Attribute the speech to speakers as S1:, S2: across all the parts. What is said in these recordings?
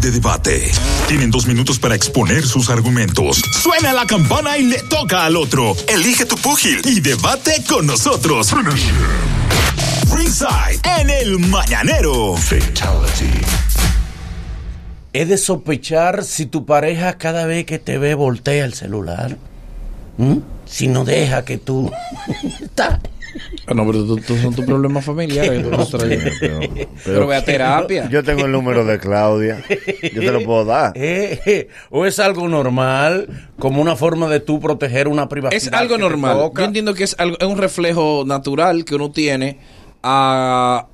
S1: de debate. Tienen dos minutos para exponer sus argumentos. Suena la campana y le toca al otro. Elige tu púgil y debate con nosotros. Ringside en el mañanero. Fatality.
S2: He de sospechar si tu pareja cada vez que te ve voltea el celular. ¿Mm? Si no deja que tú... Está-
S3: Bueno, Ah, pero tú, tú son tus problemas familiares. que tú no traes. Pero ve a terapia.
S4: Yo tengo el número de Claudia. Yo te lo puedo dar.
S2: Eh, eh, ¿O es algo normal como una forma de tú proteger una privacidad?
S3: Es algo
S2: que te
S3: normal.
S2: toca?
S3: Yo entiendo que es, algo, es un reflejo natural que uno tiene a,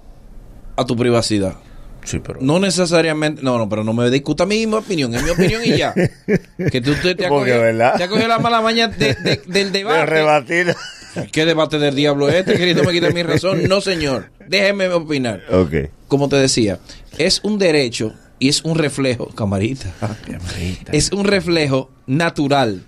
S3: a tu privacidad.
S2: Sí, pero...
S3: No necesariamente, no, no, pero no me discuta mi opinión, es mi opinión y ya. Que tú te, te has
S4: Porque,
S3: cogido-
S4: ¿verdad?
S3: te has cogido la mala maña de- de- del
S4: De
S3: debate.
S4: rebatir.
S3: ¿Qué debate del diablo es este? Querido, me quita mi razón. No, señor. Déjeme opinar.
S4: Ok.
S3: Como te decía, es un derecho y es un reflejo, camarita, es un reflejo natural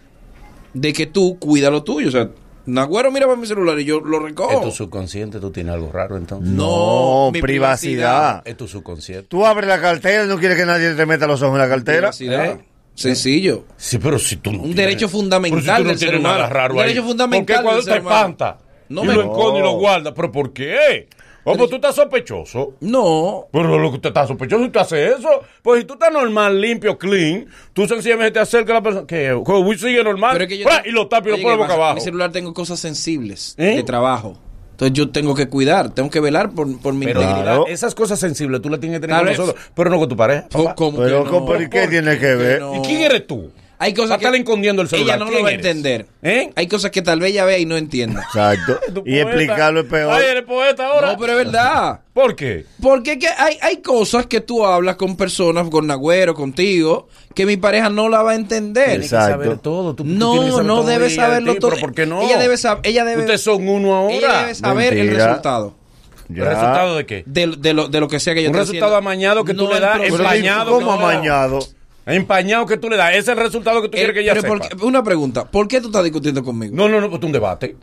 S3: de que tú cuidas lo tuyo. O sea, Nagüero mira para mi celular y yo lo
S2: ¿Es
S3: recojo.
S2: tu subconsciente? ¿Tú tienes algo raro entonces?
S4: No,
S3: mi
S4: privacidad.
S2: ¿Es tu subconsciente?
S4: Tú abres la cartera y no quieres que nadie te meta los ojos en la cartera.
S2: Eh.
S3: Privacidad. Sencillo.
S2: Sí, pero si tú no
S3: Un derecho fundamental
S2: pero si tú no
S3: del ser
S2: tienes
S3: humano.
S2: nada raro
S3: Un derecho
S2: ahí.
S3: fundamental
S2: Porque cuando
S3: del ser
S2: te
S3: humano.
S2: espanta
S3: No
S2: y
S3: me-
S2: lo esconde y lo guarda, pero ¿por qué? Oh, pues tú estás sospechoso.
S3: No.
S2: Pero lo que usted está sospechoso si tú haces eso. Pues si tú estás normal, limpio, clean, tú sencillamente te acercas a la persona. Que Wii sigue normal.
S3: Pero es que yo
S2: ¡fra!
S3: tengo-
S2: Ah, y lo tapa y lo
S3: Oye,
S2: pone
S3: ¿qué
S2: boca
S3: pasa? En
S2: abajo.
S3: Mi celular tengo cosas sensibles
S2: ¿Eh?
S3: de trabajo. Entonces yo tengo que cuidar, tengo que velar por, por mi integridad.
S4: Claro.
S2: esas cosas sensibles tú las tienes que
S3: Tal vez.
S2: pero no con tu pareja.
S3: Co- ¿cómo
S4: Pero,
S3: que no?
S4: compa, ¿y qué
S3: ¿Por
S4: tiene que
S3: qué
S4: ver?
S3: no?
S2: ¿Y quién eres tú?
S3: Hay cosas
S2: Para estarle escondiendo el celular,
S3: Ella no
S2: ¿quién
S3: lo va a
S2: eres?
S3: entender.
S2: ¿Eh?
S3: Hay cosas que tal vez ella vea y no entienda.
S4: Exacto. Y explicarlo es peor.
S2: Ay, eres poeta ahora.
S3: no, pero es verdad.
S2: ¿Por qué?
S3: Porque es que hay, hay cosas que tú hablas con personas, con Nagüero, contigo, que mi pareja no la va a entender.
S4: Exacto.
S2: todo. tú- tú tienes que
S3: No,
S2: saber
S3: no
S2: todo de
S3: debe
S2: ella, de
S3: saberlo
S2: ti,
S3: todo.
S2: ¿Pero por qué no?
S3: Ella debe saber. Ella debe,
S2: Ustedes son uno
S3: ella
S2: ahora.
S3: debe saber el
S4: Mentira.
S3: resultado.
S4: Ya.
S2: ¿Resultado de qué?
S3: De, de lo, de lo que sea que yo
S2: Un
S3: esté
S2: resultado
S3: haciendo.
S2: amañado que tú le
S3: el
S2: das
S3: proceso.
S4: Pero, ¿y
S2: Empañado,
S4: ¿Cómo
S2: no.
S4: amañado?
S2: Empañado que tú le das. Ese es el resultado que tú quieres
S3: Eh,
S2: que ella
S3: pero
S2: sepa.
S3: ¿por qué? una pregunta, ¿por qué tú estás discutiendo conmigo?
S2: No, no, no, pues un debate.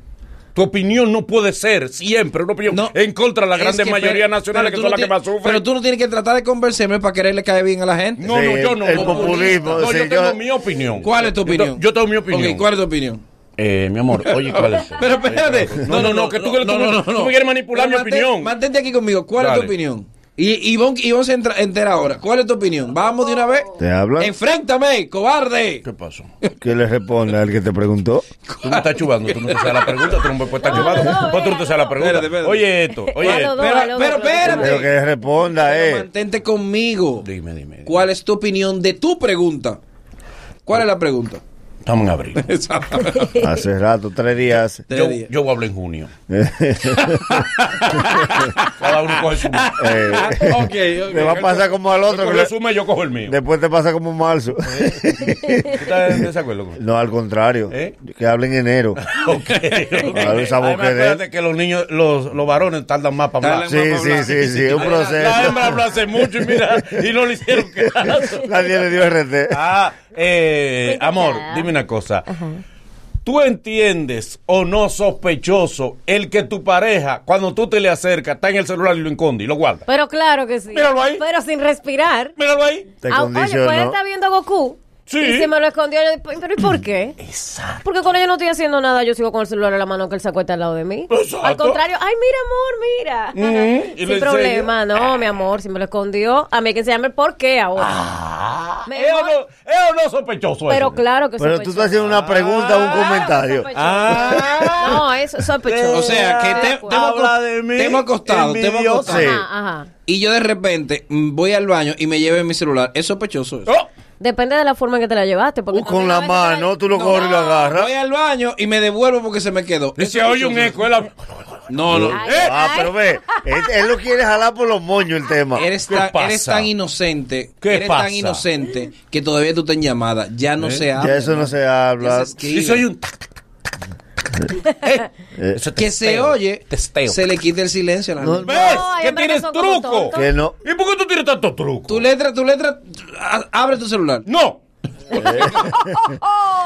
S2: Tu opinión no puede ser siempre una opinión
S3: No.
S2: en contra de la
S3: Es
S2: grandes
S3: que,
S2: mayoría
S3: pero-
S2: nacionales que
S3: pero
S2: son las
S3: tú
S2: que
S3: no
S2: más
S3: ti-
S2: sufren.
S3: Pero tú no tienes que tratar de convencerme para quererle caer bien a la gente.
S2: no, no,
S4: Sí,
S2: yo no.
S4: el
S2: no,
S4: populismo,
S2: No, yo
S4: sí,
S2: tengo
S4: yo-
S2: mi opinión.
S3: ¿Cuál es tu
S2: Yo te-
S3: opinión?
S2: Yo, tengo mi opinión.
S3: Ok, ¿cuál es tu opinión?
S2: Eh, mi amor, oye, ¿cuál es?
S3: Pero espérate.
S2: No, no, no, que tú, que tú- tú me quieres manipular mi
S3: Pero mantén-
S2: opinión.
S3: Mantente aquí conmigo. ¿Cuál es
S2: Dale.
S3: tu opinión? Y Ivonne, Ivonne se entra- entera ahora. ¿Cuál es tu opinión? Vamos de una vez.
S4: ¿Te habla?
S3: Enfréntame, cobarde.
S2: ¿Qué pasó?
S4: ¿Qué le responde al que te preguntó?
S2: Tú me estás chubando, tú no te sabes la pregunta, tú no me puedes estar
S5: No,
S2: chubando.
S5: no,
S2: Pues tú no te sabes la pregunta.
S3: espérate, espérate.
S2: Oye esto, oye
S5: Claro,
S2: esto.
S5: no,
S3: Pero,
S5: no,
S3: pero
S5: no, no,
S3: espérate.
S4: Pero que le responda,
S3: Pero
S4: eh.
S3: Mantente conmigo.
S2: Dime, dime. dime.
S3: ¿Cuál es tu opinión de tu pregunta? ¿Cuál es la pregunta?
S2: Estamos en abril.
S3: Exacto.
S4: Hace rato, tres días.
S2: Yo,
S3: Te-
S2: yo hablo en junio. Cada uno coge su mes.
S4: Eh,
S3: Ok, ok.
S4: Te va a pasar como al
S2: Yo
S4: otro.
S2: cojo
S4: que le-
S2: el sumo y yo cojo el mío.
S4: Después te pasa como marzo.
S3: Eh,
S2: ¿Tú estás en desacuerdo con
S4: No, al contrario.
S2: ¿Eh?
S4: Que hablen enero. A ver esa boca de-
S2: acuérdate que los niños, los, los varones tardan más para hablar.
S3: Tardan-
S4: Sí, sí, sí, sí, es un
S2: La
S4: proceso.
S2: hembra habla hace mucho y mira, y no le hicieron caso.
S4: Nadie le dio RT.
S2: Ah, eh, amor, dime una cosa. ¿Tú entiendes o no sospechoso el que tu pareja, cuando tú te le acercas, está en el celular y lo esconde y lo guarda?
S5: Pero claro que sí.
S2: Míralo ahí.
S5: Pero sin respirar.
S2: Míralo ahí.
S4: Te
S5: Ah, oye, puede
S4: condicionó.
S5: estar viendo Goku.
S2: Sí.
S5: Y si me lo escondió, yo- pero ¿y por qué? Exacto. Porque cuando yo no estoy haciendo nada, yo sigo con el celular en la mano que él se acuesta al lado de mí.
S2: Exacto.
S5: Al contrario, ay, mira, amor, mira.
S2: Ujú, y le
S5: Sin problema,
S2: enseña.
S5: no, mi amor, si me lo escondió, a mí hay que enseñarme el por qué ahora.
S2: Ah, Pues,
S5: Me
S2: ¿es o
S5: voy.
S2: no, es o no sospechoso
S5: pero
S2: eso?
S5: claro que
S4: Pero tú
S5: sospechoso.
S4: estás haciendo una pregunta o
S5: Ah,
S4: un comentario.
S5: Sospechoso.
S2: Ah.
S5: No, eso es sospechoso.
S3: O sea, que te,
S5: Estoy de
S3: te
S5: acuerdo.
S3: hemos
S2: Habla
S3: acos-
S2: de mí,
S3: te hemos acostado, te hemos
S4: envidiosa.
S3: acostado.
S5: Ajá, ajá.
S3: Y yo de repente mm, voy al baño y me lleve mi celular. Es sospechoso eso.
S2: Oh,
S5: Depende de la forma en que te la llevaste. Porque
S4: Uh, con
S5: también
S4: la
S5: a veces te
S4: mano, tú lo coges y lo agarras.
S3: Voy al baño y me devuelvo porque se me quedó.
S2: y
S3: ¿Es
S2: se oye un eco.
S3: sospechoso
S2: es la-
S3: eso? No, no.
S5: Ay,
S4: Ah, pero ve, él, él lo quiere jalar por los moños
S5: Ah.
S4: el tema.
S3: Eres
S2: ¿Qué
S3: tan,
S2: pasa?
S3: eres tan inocente,
S2: ¿Qué
S3: eres
S2: pasa?
S3: tan inocente que todavía tú estás en llamada. Ya no se habla.
S4: ¿Eh? Ya eso no se
S3: Ya se
S4: habla.
S3: escribe.
S2: Y soy un. tac, tac, tac, tac, tac. Eh, eso
S3: que se
S2: testeo,
S3: oye,
S2: Testeo.
S3: se le quita el silencio a la
S4: No,
S3: gente.
S2: ¿Ves?
S5: No, hay
S2: que
S5: hombres que
S2: tienes
S5: son como
S2: truco.
S5: tontos.
S4: Que no.
S2: ¿Y por qué tú tienes tanto truco?
S3: Tu letra, tu letra, a- abre tu celular.
S2: No.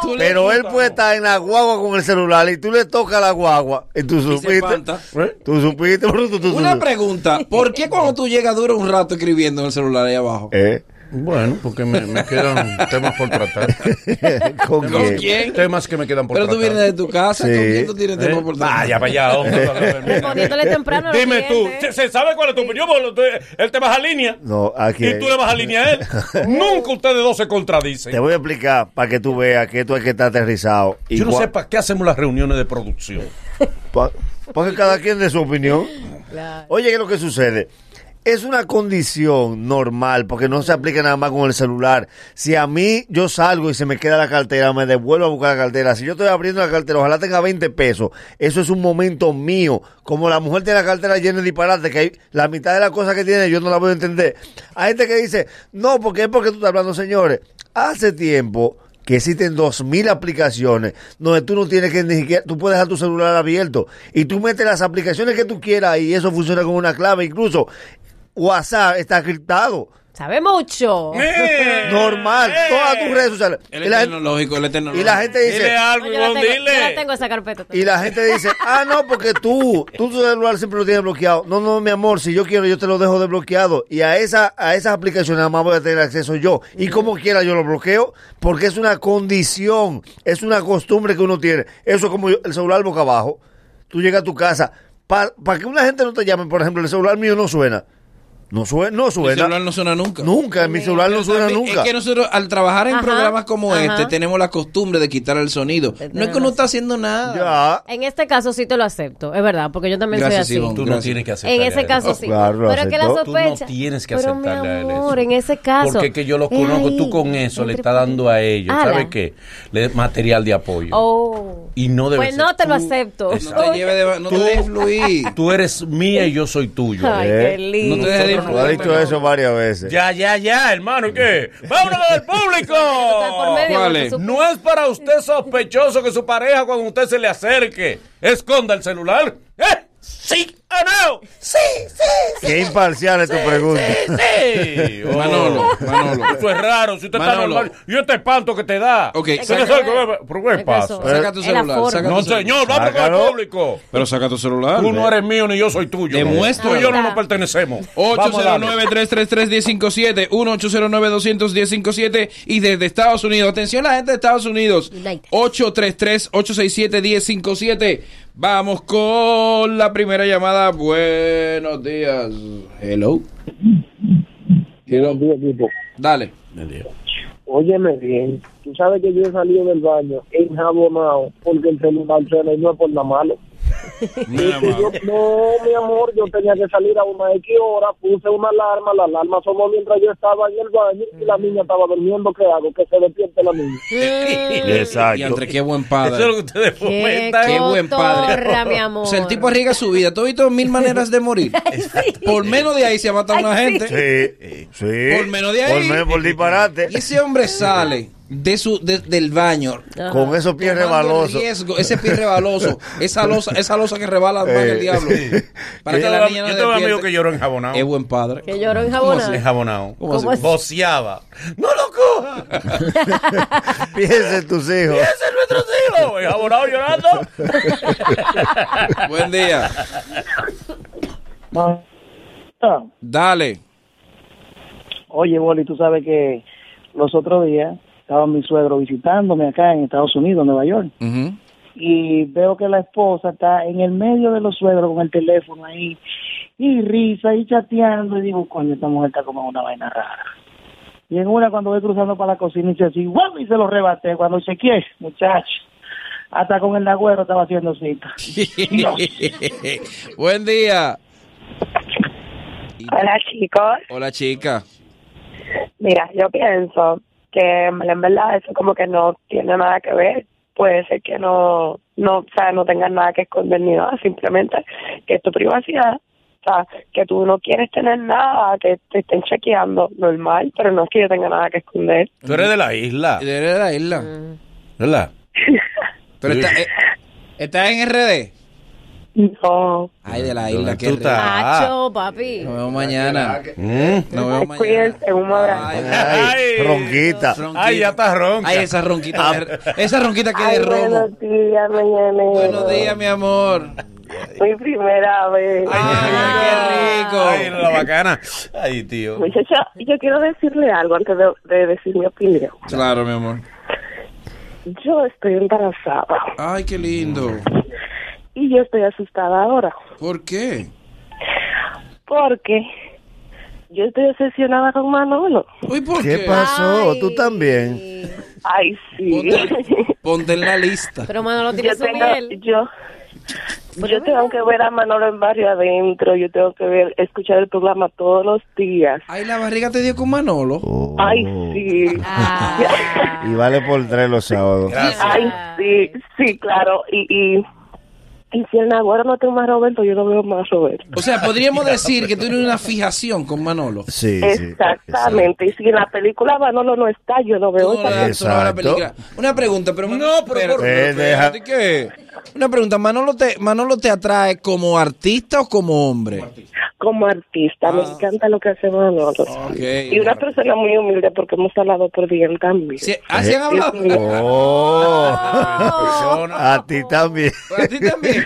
S3: Tu letra-
S4: Pero él puede estar en la guagua con el celular y tú le tocas la guagua. Y tú supiste.
S3: espanta.
S4: ¿Eh? Tú supiste, bruto, tú
S3: Una
S4: supiste.
S3: pregunta, ¿por qué cuando tú llegas dura un rato escribiendo en el celular ahí abajo?
S4: ¿Eh?
S2: Bueno, porque me, me quedan temas por tratar.
S4: Eh,
S2: Eh,
S4: ¿Con
S3: ¿Con
S4: quién?
S3: quién?
S2: Temas que me quedan por
S3: Pero tú
S2: tratar.
S3: vienes de tu casa,
S4: Sí.
S3: ¿con quién tú tienes tiempo
S2: ¿Eh?
S3: por tanto?
S2: Vaya, vaya, hombre. no me permita.
S5: Poniéndole temprano a los
S2: Dime tú,
S5: clientes.
S2: ¿se- ¿se sabe cuál es tu opinión? Porque tú- él te baja línea.
S4: No, aquí.
S2: Y tú le bajas línea a él. Nunca ustedes dos se contradicen.
S4: Te voy a explicar para que tú veas que esto es que está aterrizado. Y
S2: Yo no
S4: cua-
S2: sé para qué hacemos las reuniones de producción.
S4: Pa- Porque cada quien de su opinión. Oye, ¿qué es lo que sucede? Es una condición normal, porque no se aplica nada más con el celular. Si a mí yo salgo y se me queda la cartera, me devuelvo a buscar la cartera. Si yo estoy abriendo la cartera, ojalá tenga 20 pesos. Eso es un momento mío. Como la mujer tiene la cartera llena de disparates, que hay la mitad de las cosas que tiene, yo no la voy a entender. Hay gente que dice, no, porque es porque tú estás hablando, señores. Hace tiempo que existen 2.000 aplicaciones donde tú no tienes que ni siquiera, tú puedes dejar tu celular abierto y tú metes las aplicaciones que tú quieras y eso funciona con una clave. Incluso WhatsApp está criptado.
S5: Sabe mucho. Eh,
S4: Normal, todas tus redes sociales.
S3: Él
S4: Y
S3: es
S4: la, gente-
S3: tecnológico, él es
S4: y
S3: tecnológico.
S4: la gente
S2: Dile
S4: dice,
S2: algo,
S5: No, yo, la
S2: Ivonne,
S5: tengo, yo la
S2: dile.
S5: tengo esa carpeta.
S4: y la gente dice, ah, no, porque tú, tú tu celular siempre lo tienes bloqueado. No, no, mi amor, si yo quiero, yo te lo dejo desbloqueado. Y a, esa, a esas aplicaciones nada más voy a tener acceso yo. Y como quiera yo lo bloqueo, porque es una condición, es una costumbre que uno tiene. Eso es como yo- el celular boca abajo. Tú llegas a tu casa. Para que una gente no te llame, por ejemplo, el celular mío no suena. No suena, no
S3: El
S4: suena.
S3: celular no suena nunca.
S4: Nunca, mi celular no suena
S3: También
S4: nunca.
S3: Es que nosotros al trabajar en
S5: Ajá,
S3: programas como
S5: ajá.
S3: este tenemos la costumbre de quitar el sonido. No es que uno está haciendo nada.
S4: Ya.
S5: En este caso sí te lo acepto, es verdad, porque yo también
S3: Gracias,
S5: soy así.
S3: Ivonne.
S2: Tú no
S3: Gracias.
S2: tienes que aceptar.
S5: En ese caso sí.
S4: Claro, lo
S5: pero es que la
S4: aceptó.
S2: Tú no
S5: sospecha.
S2: tienes que
S5: pero,
S2: aceptarle a él
S5: mi
S2: eso.
S5: amor, en ese caso.
S2: Porque que yo los
S5: es
S2: conozco,
S5: ahí,
S2: tú con eso le
S5: entre
S2: estás dando a ellos,
S5: Ala.
S2: ¿sabes qué? Le material de apoyo.
S5: Oh.
S2: Y no debe
S5: Pues
S2: ser
S5: no te lo
S2: tú.
S5: acepto. Oh.
S3: No te lleves de, no te dejes fluir.
S2: Tú eres mía y yo soy tuyo.
S5: Ay,
S4: Eh,
S5: qué lindo.
S3: no te dejes de influir.
S4: Lo ha dicho eso varias veces.
S2: Ya, ya, ya, hermano, ¿y qué? ¡Vámonos del
S5: Total, por
S2: público!
S5: medio,
S3: ¿Cuál
S5: por
S3: es?
S5: supuesto.
S2: No es para usted sospechoso que su pareja cuando usted se le acerque esconda el celular. ¿Eh? ¿Sí o no? ¡Sí, sí,
S4: Qué imparcial es tu pregunta.
S2: sí! Oh.
S3: Manolo, Manolo.
S2: Eso es raro, si usted está
S3: Manolo.
S2: normal, yo te espanto que te da.
S3: Ok,
S2: ¿Qué
S3: saca-
S2: sabe? ¿Pero qué
S5: Es que
S2: pasa?
S5: eso-
S3: Saca tu
S5: es la
S3: celular,
S5: forma.
S3: saca tu
S2: No, señor, vamos con el
S4: Sácalo.
S2: público.
S3: Pero saca tu celular.
S2: Tú no eres mío ni yo soy tuyo.
S3: Demuéstralo.
S2: Tú y yo no nos pertenecemos. Vamos a darle.
S3: 809-333-1057, 1-809-200-1057 y desde Estados Unidos. Atención la gente de Estados Unidos.
S5: United.
S3: 833-867-1057. Vamos con la primera llamada. Buenos días. Hello. Hello.
S6: Buenos días, equipo.
S3: Dale.
S6: Óyeme bien, tú sabes que yo he salido del baño enjabonado porque el celular suena y no es por nada malo. Y yo, no, mi amor, yo tenía que salir a una X hora, puse una alarma, la alarma sonó mientras yo estaba en el baño y la niña estaba durmiendo, ¿qué hago? Que se despierte la niña.
S3: Y
S4: Exacto.
S3: entre qué buen
S2: Ah, Eso es lo
S3: padre.
S2: que ustedes
S5: Qué,
S2: fomentan.
S3: Qué buen padre.
S5: cotorra, mi amor.
S3: O sea, el tipo arriesga su vida. Todo y todo, mil maneras de morir. Por menos de ahí se ha matado una
S5: Ay, sí.
S3: gente.
S4: Sí, sí.
S3: Por menos de
S4: Por
S3: ahí.
S4: menos por disparate.
S3: Y ese hombre sale de su de- del baño
S5: Ajá.
S4: Con esos pies
S3: tomando ah, el
S4: rebalosos.
S3: riesgo, ese pie rebaloso, esa losa, esa losa que rebala más
S2: Eh,
S3: que el diablo. Para
S2: Yo tengo
S3: que la
S2: am-
S3: niña
S2: yo
S3: no
S2: tengo amigos
S3: despierte.
S2: que lloró enjabonado.
S3: Es buen padre.
S5: Que lloró en
S3: ¿Cómo
S5: jabón.
S3: así?
S2: Enjabonado.
S3: ¿Cómo así?
S5: ¿Cómo así?
S2: Voceaba. ¡No lo coja!
S4: Piensa en tus hijos.
S2: ¡Ese es nuestro tío! Enjabonado llorando.
S3: Buen día.
S6: Ah,
S3: Dale.
S6: Oye, Boli, tú sabes que los otros días estaba mi suegro visitándome acá en Estados Unidos, Nueva York.
S3: Ujú.
S6: y veo que la esposa está en el medio de los suegros con el teléfono ahí y risa y chateando y digo, coño, esta mujer está como en una vaina rara. Y en una cuando voy cruzando para la cocina y dice así, ¡guau! y se lo rebaté cuando chequeé, muchacho. Hasta con el nagüero estaba haciendo cita.
S3: Buen día.
S7: Hola chicos,
S3: Hola chica.
S7: mira, yo pienso que en verdad eso como que no tiene nada que ver, puede ser que no, no, o sea, no tengas nada que esconder ni nada, simplemente que es tu privacidad, o sea, que tú no quieres tener nada, que te estén chequeando, normal, pero no es que yo tenga nada que esconder.
S2: Tú eres de la isla,
S3: Eres de la isla.
S2: ¿verdad?
S3: Pero
S2: Sí.
S3: está, eh, está en RD.
S7: No,
S3: Ay, de la
S2: ¿Dónde
S3: isla, qué
S2: tú
S3: rico.
S2: estás?
S5: Macho, papi.
S3: Nos vemos mañana.
S7: ¿Eh?
S2: Mm.
S3: Nos vemos mañana.
S7: cuídense, un abrazo.
S3: Ay,
S4: Ay,
S2: Ay.
S4: ronquita.
S3: Ronquita.
S2: Ay, ya estás ronca.
S3: Ay, esa ronquita. Esa ronquita que es de
S7: Ay,
S3: robo.
S7: buenos días, mañana.
S3: Buenos días, mi amor.
S7: Mi primera vez.
S3: Ay, qué rico.
S2: Ay, la bacana. Ay, tío.
S7: Muchacha, yo quiero decirle algo antes de, de decir mi opinión.
S3: Claro, mi amor.
S7: Yo estoy embarazada
S3: Ay, qué lindo.
S7: y yo estoy asustada ahora
S3: ¿Por qué?
S7: porque yo estoy obsesionada con Manolo.
S3: Uy, ¿por
S4: ¿Qué
S3: qué?
S4: pasó?
S5: Ay.
S4: ¿Tú también?
S7: Ay, sí.
S3: Ponte, ponte en la lista.
S5: Pero Manolo tiene
S7: yo
S5: su
S7: tengo,
S5: nivel.
S7: yo, yo tengo que ver a Manolo en barrio adentro, yo tengo que ver, escuchar el programa todos los días.
S3: Ay, la barriga te dio con Manolo.
S4: Oh.
S7: Ay, sí.
S3: Oh.
S5: Ah.
S4: Y vale por tres los sábados.
S7: Ay, sí, sí, claro. Y, y, y si el Nagüero no tengo más Roberto, yo no veo más Roberto.
S3: O sea, podríamos decir que tú tienes una fijación con Manolo.
S4: Sí, sí,
S7: Exactamente. Y si en la película Manolo no está, yo no veo
S3: Todo
S7: esa.
S3: la- toda la
S4: Exacto.
S3: película. Una pregunta, pero no, pero por-
S4: Eh, deja-
S3: espérate, ¿qué? Una pregunta, Manolo te Manolo te atrae como artista o como hombre?
S7: Como artista,
S3: Ah.
S7: me encanta lo que hace Manolo.
S3: Oh, Okay.
S7: Y una persona muy humilde porque hemos hablado por bien también.
S3: Sí, ¿ah, sí han hablado?
S4: exacto. Oh.
S2: Persona.
S4: A ti también.
S3: Pues A ti también.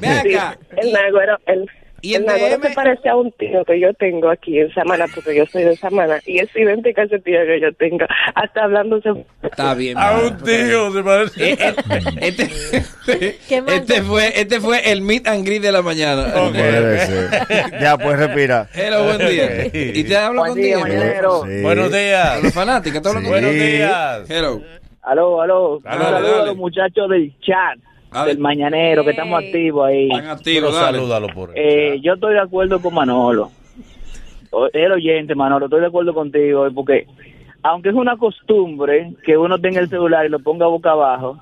S3: Ven
S7: Sí,
S3: acá.
S7: el Nagüero, el,
S3: ¿Y
S7: ¿Y
S3: el
S7: el Nagüero
S3: DM?
S7: se parece a un tío que yo tengo aquí en Samana, porque yo soy de Samana, y es idéntico a ese tío que yo tengo, hasta hablándose.
S3: Está bien.
S2: A
S3: Manolo.
S2: un tío se
S3: Eh,
S2: parece.
S3: eh, este,
S5: Qué mal.
S3: este fue este fue el meet and greet de la mañana.
S2: Ok.
S4: Puede ser. Ya, pues respira.
S3: Hello, buen día.
S2: Ok.
S3: Y te hablo
S7: Buen día,
S3: contigo.
S7: mañanero.
S4: Sí.
S2: Buenos días.
S3: Los fanáticos, te hablo
S4: Sí.
S2: Buenos
S3: contigo.
S2: días.
S3: Hello.
S8: Aló, aló. Un
S2: Dale,
S8: saludo
S3: dale.
S8: a los muchachos del chat,
S3: Dale.
S8: del mañanero, que estamos
S5: Ey.
S8: activos ahí.
S3: Están
S2: Pero
S3: activos, dale.
S2: salúdalo por
S8: Eh, yo estoy de acuerdo con Manolo. O- El oyente, Manolo, estoy de acuerdo contigo, eh, porque aunque es una costumbre que uno tenga el celular y lo ponga boca abajo,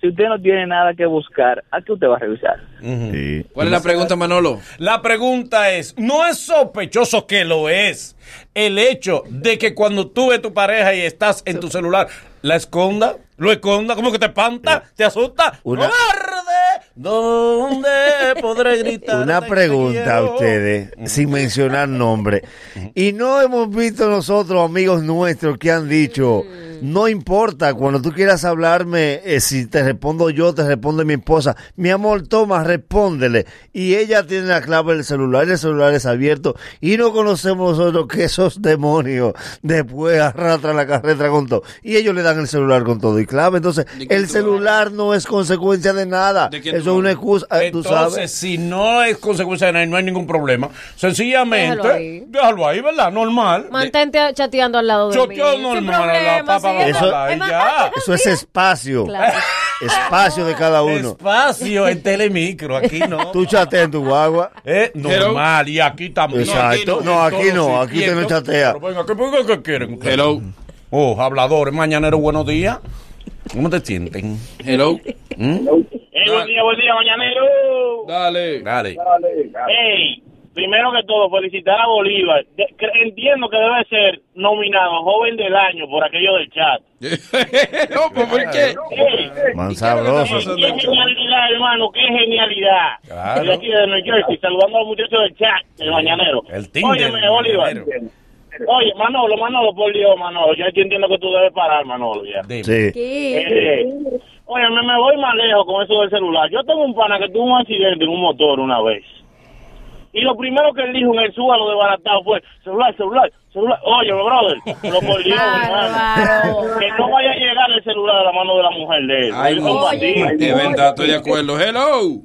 S8: si usted no tiene nada que buscar, ¿a qué usted va a revisar?
S2: Ujú.
S4: Sí.
S3: ¿Cuál es la pregunta, Manolo?
S2: La pregunta es, ¿no es sospechoso que lo es el hecho de que cuando tú ves tu pareja y estás en tu celular, la esconda, lo esconda, como que te espanta, te asusta?
S4: Una-
S2: ¡Cobarde! ¿Dónde podré gritar?
S4: Una pregunta a ustedes, sin mencionar nombre. Y no hemos visto nosotros, amigos nuestros, que han dicho, no importa, cuando tú quieras hablarme, eh, si te respondo yo, te responde mi esposa. Mi amor, toma, respóndele. Y ella tiene la clave del celular, el celular es abierto. Y no conocemos nosotros que esos demonios después arrastran la carreta con todo. Y ellos le dan el celular con todo y clave. Entonces,
S3: ¿De quién
S4: el
S3: tú hablas?
S4: celular no es consecuencia de nada.
S3: ¿De quién
S4: Eso
S3: tú
S4: es una
S3: hablas?
S4: excusa. Ah, tú
S2: Entonces,
S4: sabes.
S2: si no es consecuencia de nada y no hay ningún problema, sencillamente, déjalo
S5: Déjalo ahí.
S2: ahí, ¿verdad? Normal.
S5: Mantente chateando al lado de mí.
S2: Choteo
S5: Sin
S2: normal,
S5: problema,
S2: la papa
S5: sí,
S2: va
S5: es
S4: a
S5: más-
S2: hablar,
S5: es más-
S2: ya.
S5: ah, tú
S4: Eso es
S5: también.
S4: espacio.
S5: Claro.
S4: Espacio de cada uno.
S2: Espacio en telemicro, aquí no.
S4: Tú chateas en tu guagua.
S2: Eh, normal, y aquí también.
S4: Exacto. No, aquí no. Aquí usted no chatea.
S2: Pero venga, ¿qué, qué- qué quieren ustedes?
S3: Hello.
S2: Oh, habladores, mañanero, buenos días. ¿Cómo te sienten?
S3: Hello.
S6: buen día, buen día, mañanero.
S3: Dale.
S2: Dale.
S6: Ey, primero que todo, felicitar a Bolívar. De- cre- entiendo que debe ser nominado joven del año por aquello del chat.
S3: no, pues, ¿por qué?
S6: Ey,
S4: Man
S3: ¿Y qué es
S4: sabroso.
S3: lo que
S6: qué genialidad, hermano, qué genialidad.
S2: Claro.
S6: Desde aquí de New Jersey, saludando a los muchachos del chat, del mañanero.
S2: El Tinder del
S6: Óyeme, Bolívar.
S2: mañanero.
S6: Oye, Manolo, Manolo, por Dios, Manolo, ya yo entiendo que tú debes parar, Manolo, ya.
S2: Dime.
S4: Sí.
S5: ¿Qué?
S6: Eh, Oye, me, me voy más lejos con eso del celular. Yo tengo un pana que tuvo un accidente en un motor una vez. Y lo primero que él dijo en el suelo de baratado fue, celular, celular, celular. Oye, brother, lo por Dios, hermano.
S5: Bárbaro.
S6: Que no vaya a llegar el celular a la mano de la mujer de él.
S3: Ay,
S6: Oye,
S3: no.
S6: compartir.
S5: Oye.
S3: Es verdad, estoy de acuerdo. Hello.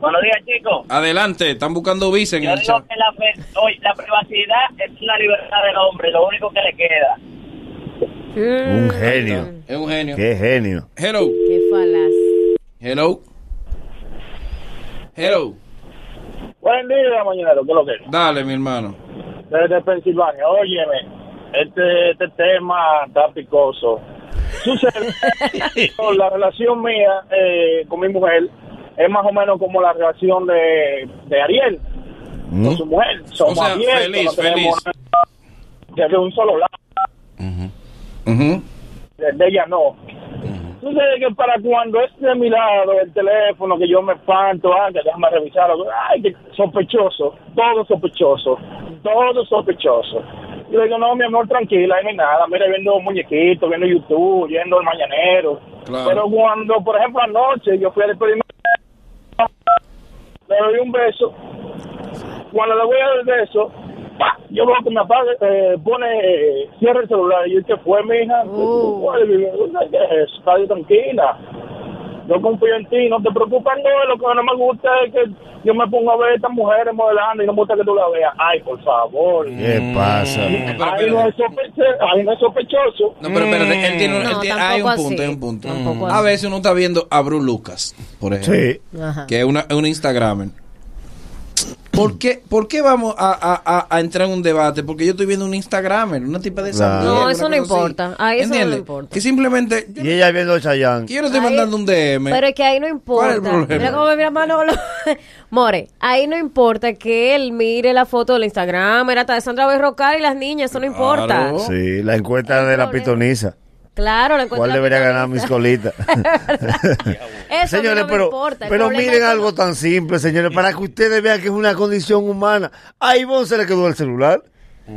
S6: Buenos días, chicos.
S3: Adelante, están buscando visa en
S6: Yo
S3: el
S6: digo
S3: chat.
S6: que la, pe- oye, la privacidad es una libertad del hombre, lo único que le queda.
S5: Mm,
S4: Un genio.
S3: Es un genio.
S4: Qué genio.
S3: Hello.
S5: Qué falaz.
S3: Hello. Hello.
S6: Buen día, mañanero, ¿qué es lo que es?
S3: Dale, mi hermano.
S6: desde Pensilvania. Óyeme, este, este tema está picoso. Sucede, con la relación mía eh, con mi mujer es más o menos como la relación de, de Ariel con su mujer. Somos
S3: sea,
S6: abiertos,
S3: feliz,
S6: no tenemos
S3: feliz.
S6: nada. Desde un solo lado,
S3: Ujú.
S6: desde ella no. Sucede que para cuando es de mi lado el teléfono, que yo me espanto, antes déjame revisarlo, ay, que sospechoso, todo sospechoso, todo sospechoso. Yo digo, no, mi amor, tranquila, ahí no hay nada, mira, viendo muñequitos, viendo YouTube, viendo el mañanero.
S3: Claro.
S6: Pero cuando, por ejemplo, anoche yo fui al experimento le doy un beso. Cuando le voy a dar el beso, ¡pa! yo veo que mi papá eh, pone, eh, cierra el celular. Y yo, ¿qué fue, mija? Oye, ¿Qué es eso? Cállate tranquila. Yo confío en ti, no te preocupes, no. Lo que no me gusta es que yo me ponga a ver a estas mujeres modelando y no me gusta que tú la veas. Ay, por favor.
S3: Mm.
S4: ¿Qué pasa?
S3: Pero
S6: Ahí no es
S3: espérate.
S6: sospecho- ahí no es sospechoso.
S3: No, pero espérate, él tiene, un-
S5: No,
S3: él tiene- hay un
S5: tampoco
S3: punto,
S5: así.
S3: hay un punto.
S5: Tampoco
S3: A
S5: así.
S3: veces uno está viendo a Bru Lucas, por ejemplo.
S4: Sí.
S5: Ajá.
S3: que es una, es una Instagramer. ¿Por qué, ¿Por qué vamos a, a- a- a entrar en un debate? Porque yo estoy viendo un Instagramer, una tipa de esa
S4: Claro.
S3: mierda,
S5: No,
S3: una
S5: eso no
S3: cosa así.
S5: importa. A eso no le
S3: ¿Entiendes?
S5: importa.
S3: Que simplemente. Yo,
S4: Y ella viendo a Chayanne.
S3: que yo no estoy
S5: Ahí-
S3: mandando un DM.
S5: Pero es que ahí no
S3: ¿Cuál es el
S5: importa.
S3: problema?
S5: Mira cómo me mira Manolo. More, ahí no importa que él mire la foto del Instagram, era hasta de Sandra Berrocal y las niñas, eso no importa.
S3: Claro.
S4: Sí, la encuesta de la pitoniza.
S5: Claro, la encuentro
S4: ¿Cuál
S5: la
S4: debería
S5: mitad.
S4: ganar mis colitas?
S5: Eso a mí
S4: señores,
S5: no me
S4: pero,
S5: importa. El
S4: pero
S5: problema
S4: miren
S5: es que-
S4: algo tan simple, señores, para que ustedes vean que es una condición humana. A Ivonne se le quedó el celular.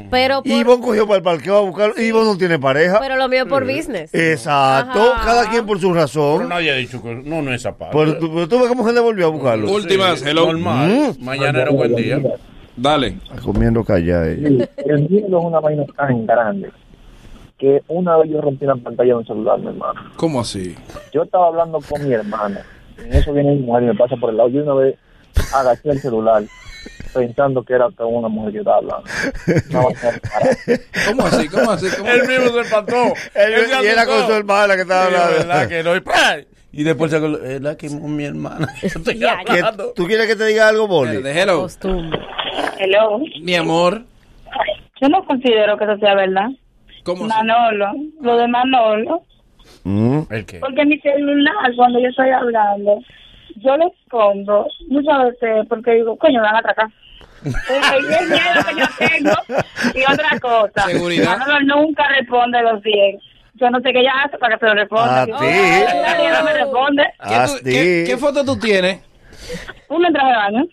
S5: Pero, por- pues
S4: Y Ivonne cogió para el parqueo a buscarlo. Ivonne no tiene pareja.
S5: pero lo mío es
S4: Eh,
S5: por business.
S4: Exacto,
S5: Ajá.
S4: cada quien por su
S2: Pero
S4: razón.
S2: nadie ha dicho que no, no es esa parte.
S4: Pero tú, pero tú ves cómo gente volvió a buscarlo.
S3: Últimas, hello.
S2: Normal.
S4: ¿Mm?
S2: Mañana era un buen día.
S3: Dale.
S4: Está comiendo eh. callada ella.
S6: El miedo es una vaina tan grande que una vez yo rompí la pantalla de un celular, mi hermano.
S3: ¿Cómo así?
S6: Yo estaba hablando con mi hermana. En eso viene mi mujer y me pasa por el lado. Yo una vez agaché el celular pensando que era con una mujer que estaba hablando. No,
S3: ¿Cómo así? ¿Cómo así? ¿Cómo
S2: Él mismo se espantó.
S4: Él-
S2: Él se
S4: y era con
S2: asustó.
S4: su hermana que estaba
S2: Sí, ¿verdad
S4: hablando.
S2: que no? Y, ¡pah! Y después se acordó, es la que mi hermana. Yo estoy
S5: Ya,
S4: ¿Qué-
S2: hablando.
S4: ¿Tú quieres que te diga algo, Boli?
S3: Espérate, hello.
S5: Costumbre.
S7: Hello.
S3: Mi amor.
S7: Yo no considero que eso sea verdad.
S3: ¿Cómo así?
S7: Manolo, lo de Manolo.
S4: Mm.
S2: ¿El qué?
S7: Porque mi celular, cuando yo estoy hablando, yo lo escondo muchas veces porque digo, coño, me van a atracar. Porque yo el miedo que yo tengo y otra cosa.
S3: Seguridad.
S7: Manolo nunca responde los 10. Yo no sé qué ella hace para que se lo responda.
S4: A
S7: Yo,
S4: ti.
S7: "Ay, ella no me responde.
S3: ¿Qué, tú-
S4: Asti.
S3: qué- qué foto tú tienes?
S7: Uno en traje de baño.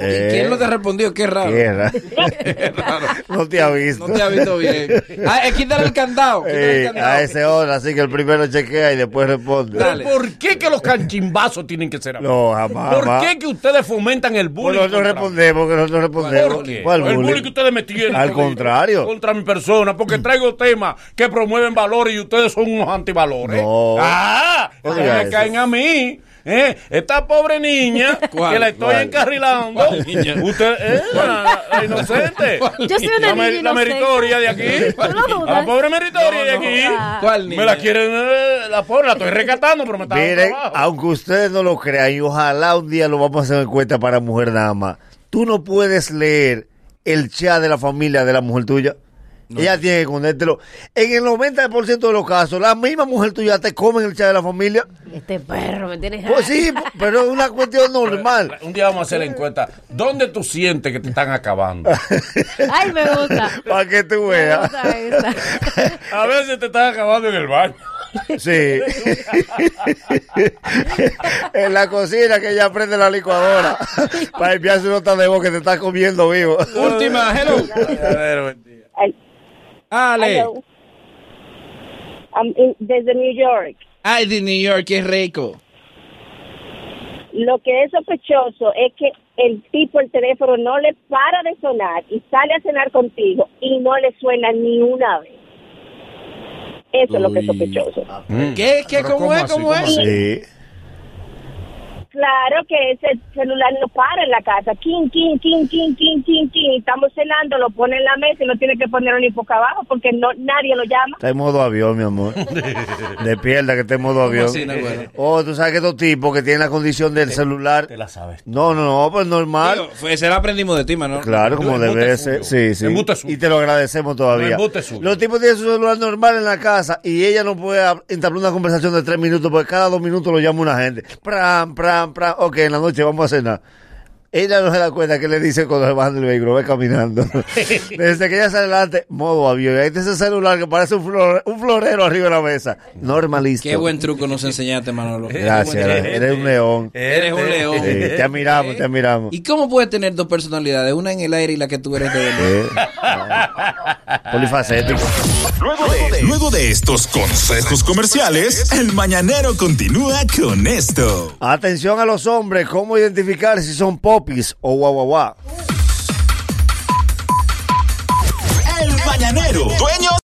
S4: Eh,
S3: ¿Y quién no te respondió? Qué raro.
S4: qué raro.
S3: Qué raro.
S4: No te ha visto.
S3: No te ha visto bien. Ah, eh, quítale el candado. Quítale el
S4: Eh,
S3: candado.
S4: a ese hora, así que el primero chequea y después responde.
S3: Dale.
S2: ¿Por qué que los canchimbazos tienen que ser así?
S4: No, jamás.
S2: ¿Por
S4: jamás.
S2: qué que ustedes fomentan el
S4: Pues
S2: bullying?
S4: nosotros
S2: contra-
S4: respondemos, que nosotros respondemos.
S2: ¿Por qué?
S4: ¿Cuál
S2: el bullying?
S4: bullying?
S2: que ustedes me tienen.
S4: Al
S2: contra-
S4: contrario. Mm.
S2: Contra mi persona, porque traigo temas que promueven valores y ustedes son unos antivalores.
S4: No.
S2: ¡Ah!
S4: Oiga
S2: Ahí me
S4: eso.
S2: caen a mí. ¿eh? Esta pobre niña
S3: ¿Cuál?
S2: que la estoy
S4: ¿Cuál?
S2: encarrilando.
S3: ¿Cuál niña?
S2: Usted, eh, la, la inocente.
S5: Yo soy una
S2: La, mer-
S5: niña
S2: la
S5: inocente.
S2: meritoria de aquí.
S5: ¿Tú lo dudas?
S2: La pobre meritoria de aquí.
S3: ¿Cuál niña?
S2: Me la quieren, eh, la pobre, la estoy rescatando, pero me está dando
S4: Miren,
S2: trabajo.
S4: aunque ustedes no lo crean, y ojalá un día lo vamos a hacer en cuenta para mujer nada más. Tú no puedes leer el chat de la familia de la mujer tuya. Ella tiene que escondértelo. En el 90% de los casos, la misma mujer tuya te come en el chat de la familia.
S5: Este perro me tiene.
S4: Pues sí, pero es una cuestión normal.
S2: Un día vamos a hacer la encuesta. ¿Dónde tú sientes que te están acabando?
S5: Ay, me gusta.
S4: Para que tú
S5: Me
S4: veas.
S5: gusta
S4: eh.
S5: esa.
S2: A veces te están acabando en el baño.
S4: Sí. en la cocina que ella prende la licuadora para enviar su nota de voz que te está comiendo vivo.
S3: Última, hello. Ale.
S7: Hello. Am- eh, desde New York.
S3: Ay, de New York, qué rico.
S7: Lo que es sospechoso es que el tipo, el teléfono, no le para de sonar y sale a cenar contigo y no le suena ni una vez. Eso es lo que es
S3: Uy.
S7: sospechoso.
S4: Mm.
S3: ¿Qué? ¿Qué?
S2: Pero
S3: ¿Cómo,
S2: ¿cómo
S3: es?
S2: así?
S3: ¿Cómo
S2: ¿Cómo
S3: es?
S2: así?
S4: Sí.
S7: Claro que ese celular no para en la casa. Quin, quin, quin, quin, quin, quin, quin. Estamos cenando, lo pone en la mesa y no tiene que ponerlo ni boca abajo porque no nadie lo llama.
S4: Está en modo avión, mi amor. Despierta que está en modo avión.
S3: así, Nagüero?
S4: Oh, tú sabes que estos tipos que tienen la condición del celular.
S2: Te la sabes.
S4: No, no, no, pues normal.
S3: Digo, fue- se la Ah, aprendimos de ti, mano.
S4: Claro, como
S2: el embuste
S4: debe
S2: es
S4: ser.
S2: suyo.
S4: Sí,
S2: El
S4: sí.
S2: embuste es suyo.
S4: Y te lo agradecemos todavía.
S2: El embuste es suyo.
S4: Los tipos tienen su celular normal en la casa y ella no puede hab- entablar una conversación de tres minutos porque cada dos minutos lo llama una gente. Pram, pram, pram. Ok, en la noche vamos a cenar. Ella no se da cuenta que le dice cuando se bajan del vehículo, ve caminando. Desde que ella sale adelante, modo avión. Ahí está ese celular que parece un, flore- un florero arriba de la mesa. Normalista.
S3: Qué buen truco nos enseñaste, Manolo. Qué
S4: Gracias,
S3: buen truco.
S4: eres un león.
S3: Eres un león.
S4: Sí, te admiramos, te admiramos.
S3: ¿Y cómo puedes tener dos personalidades? Una en el aire y la que tú eres de verdad?
S4: Eh, Polifacético.
S1: Luego de estos consejos comerciales, el mañanero continúa con esto.
S4: Atención a los hombres, cómo identificar si son popis o guaguaguá.
S1: El mañanero, dueño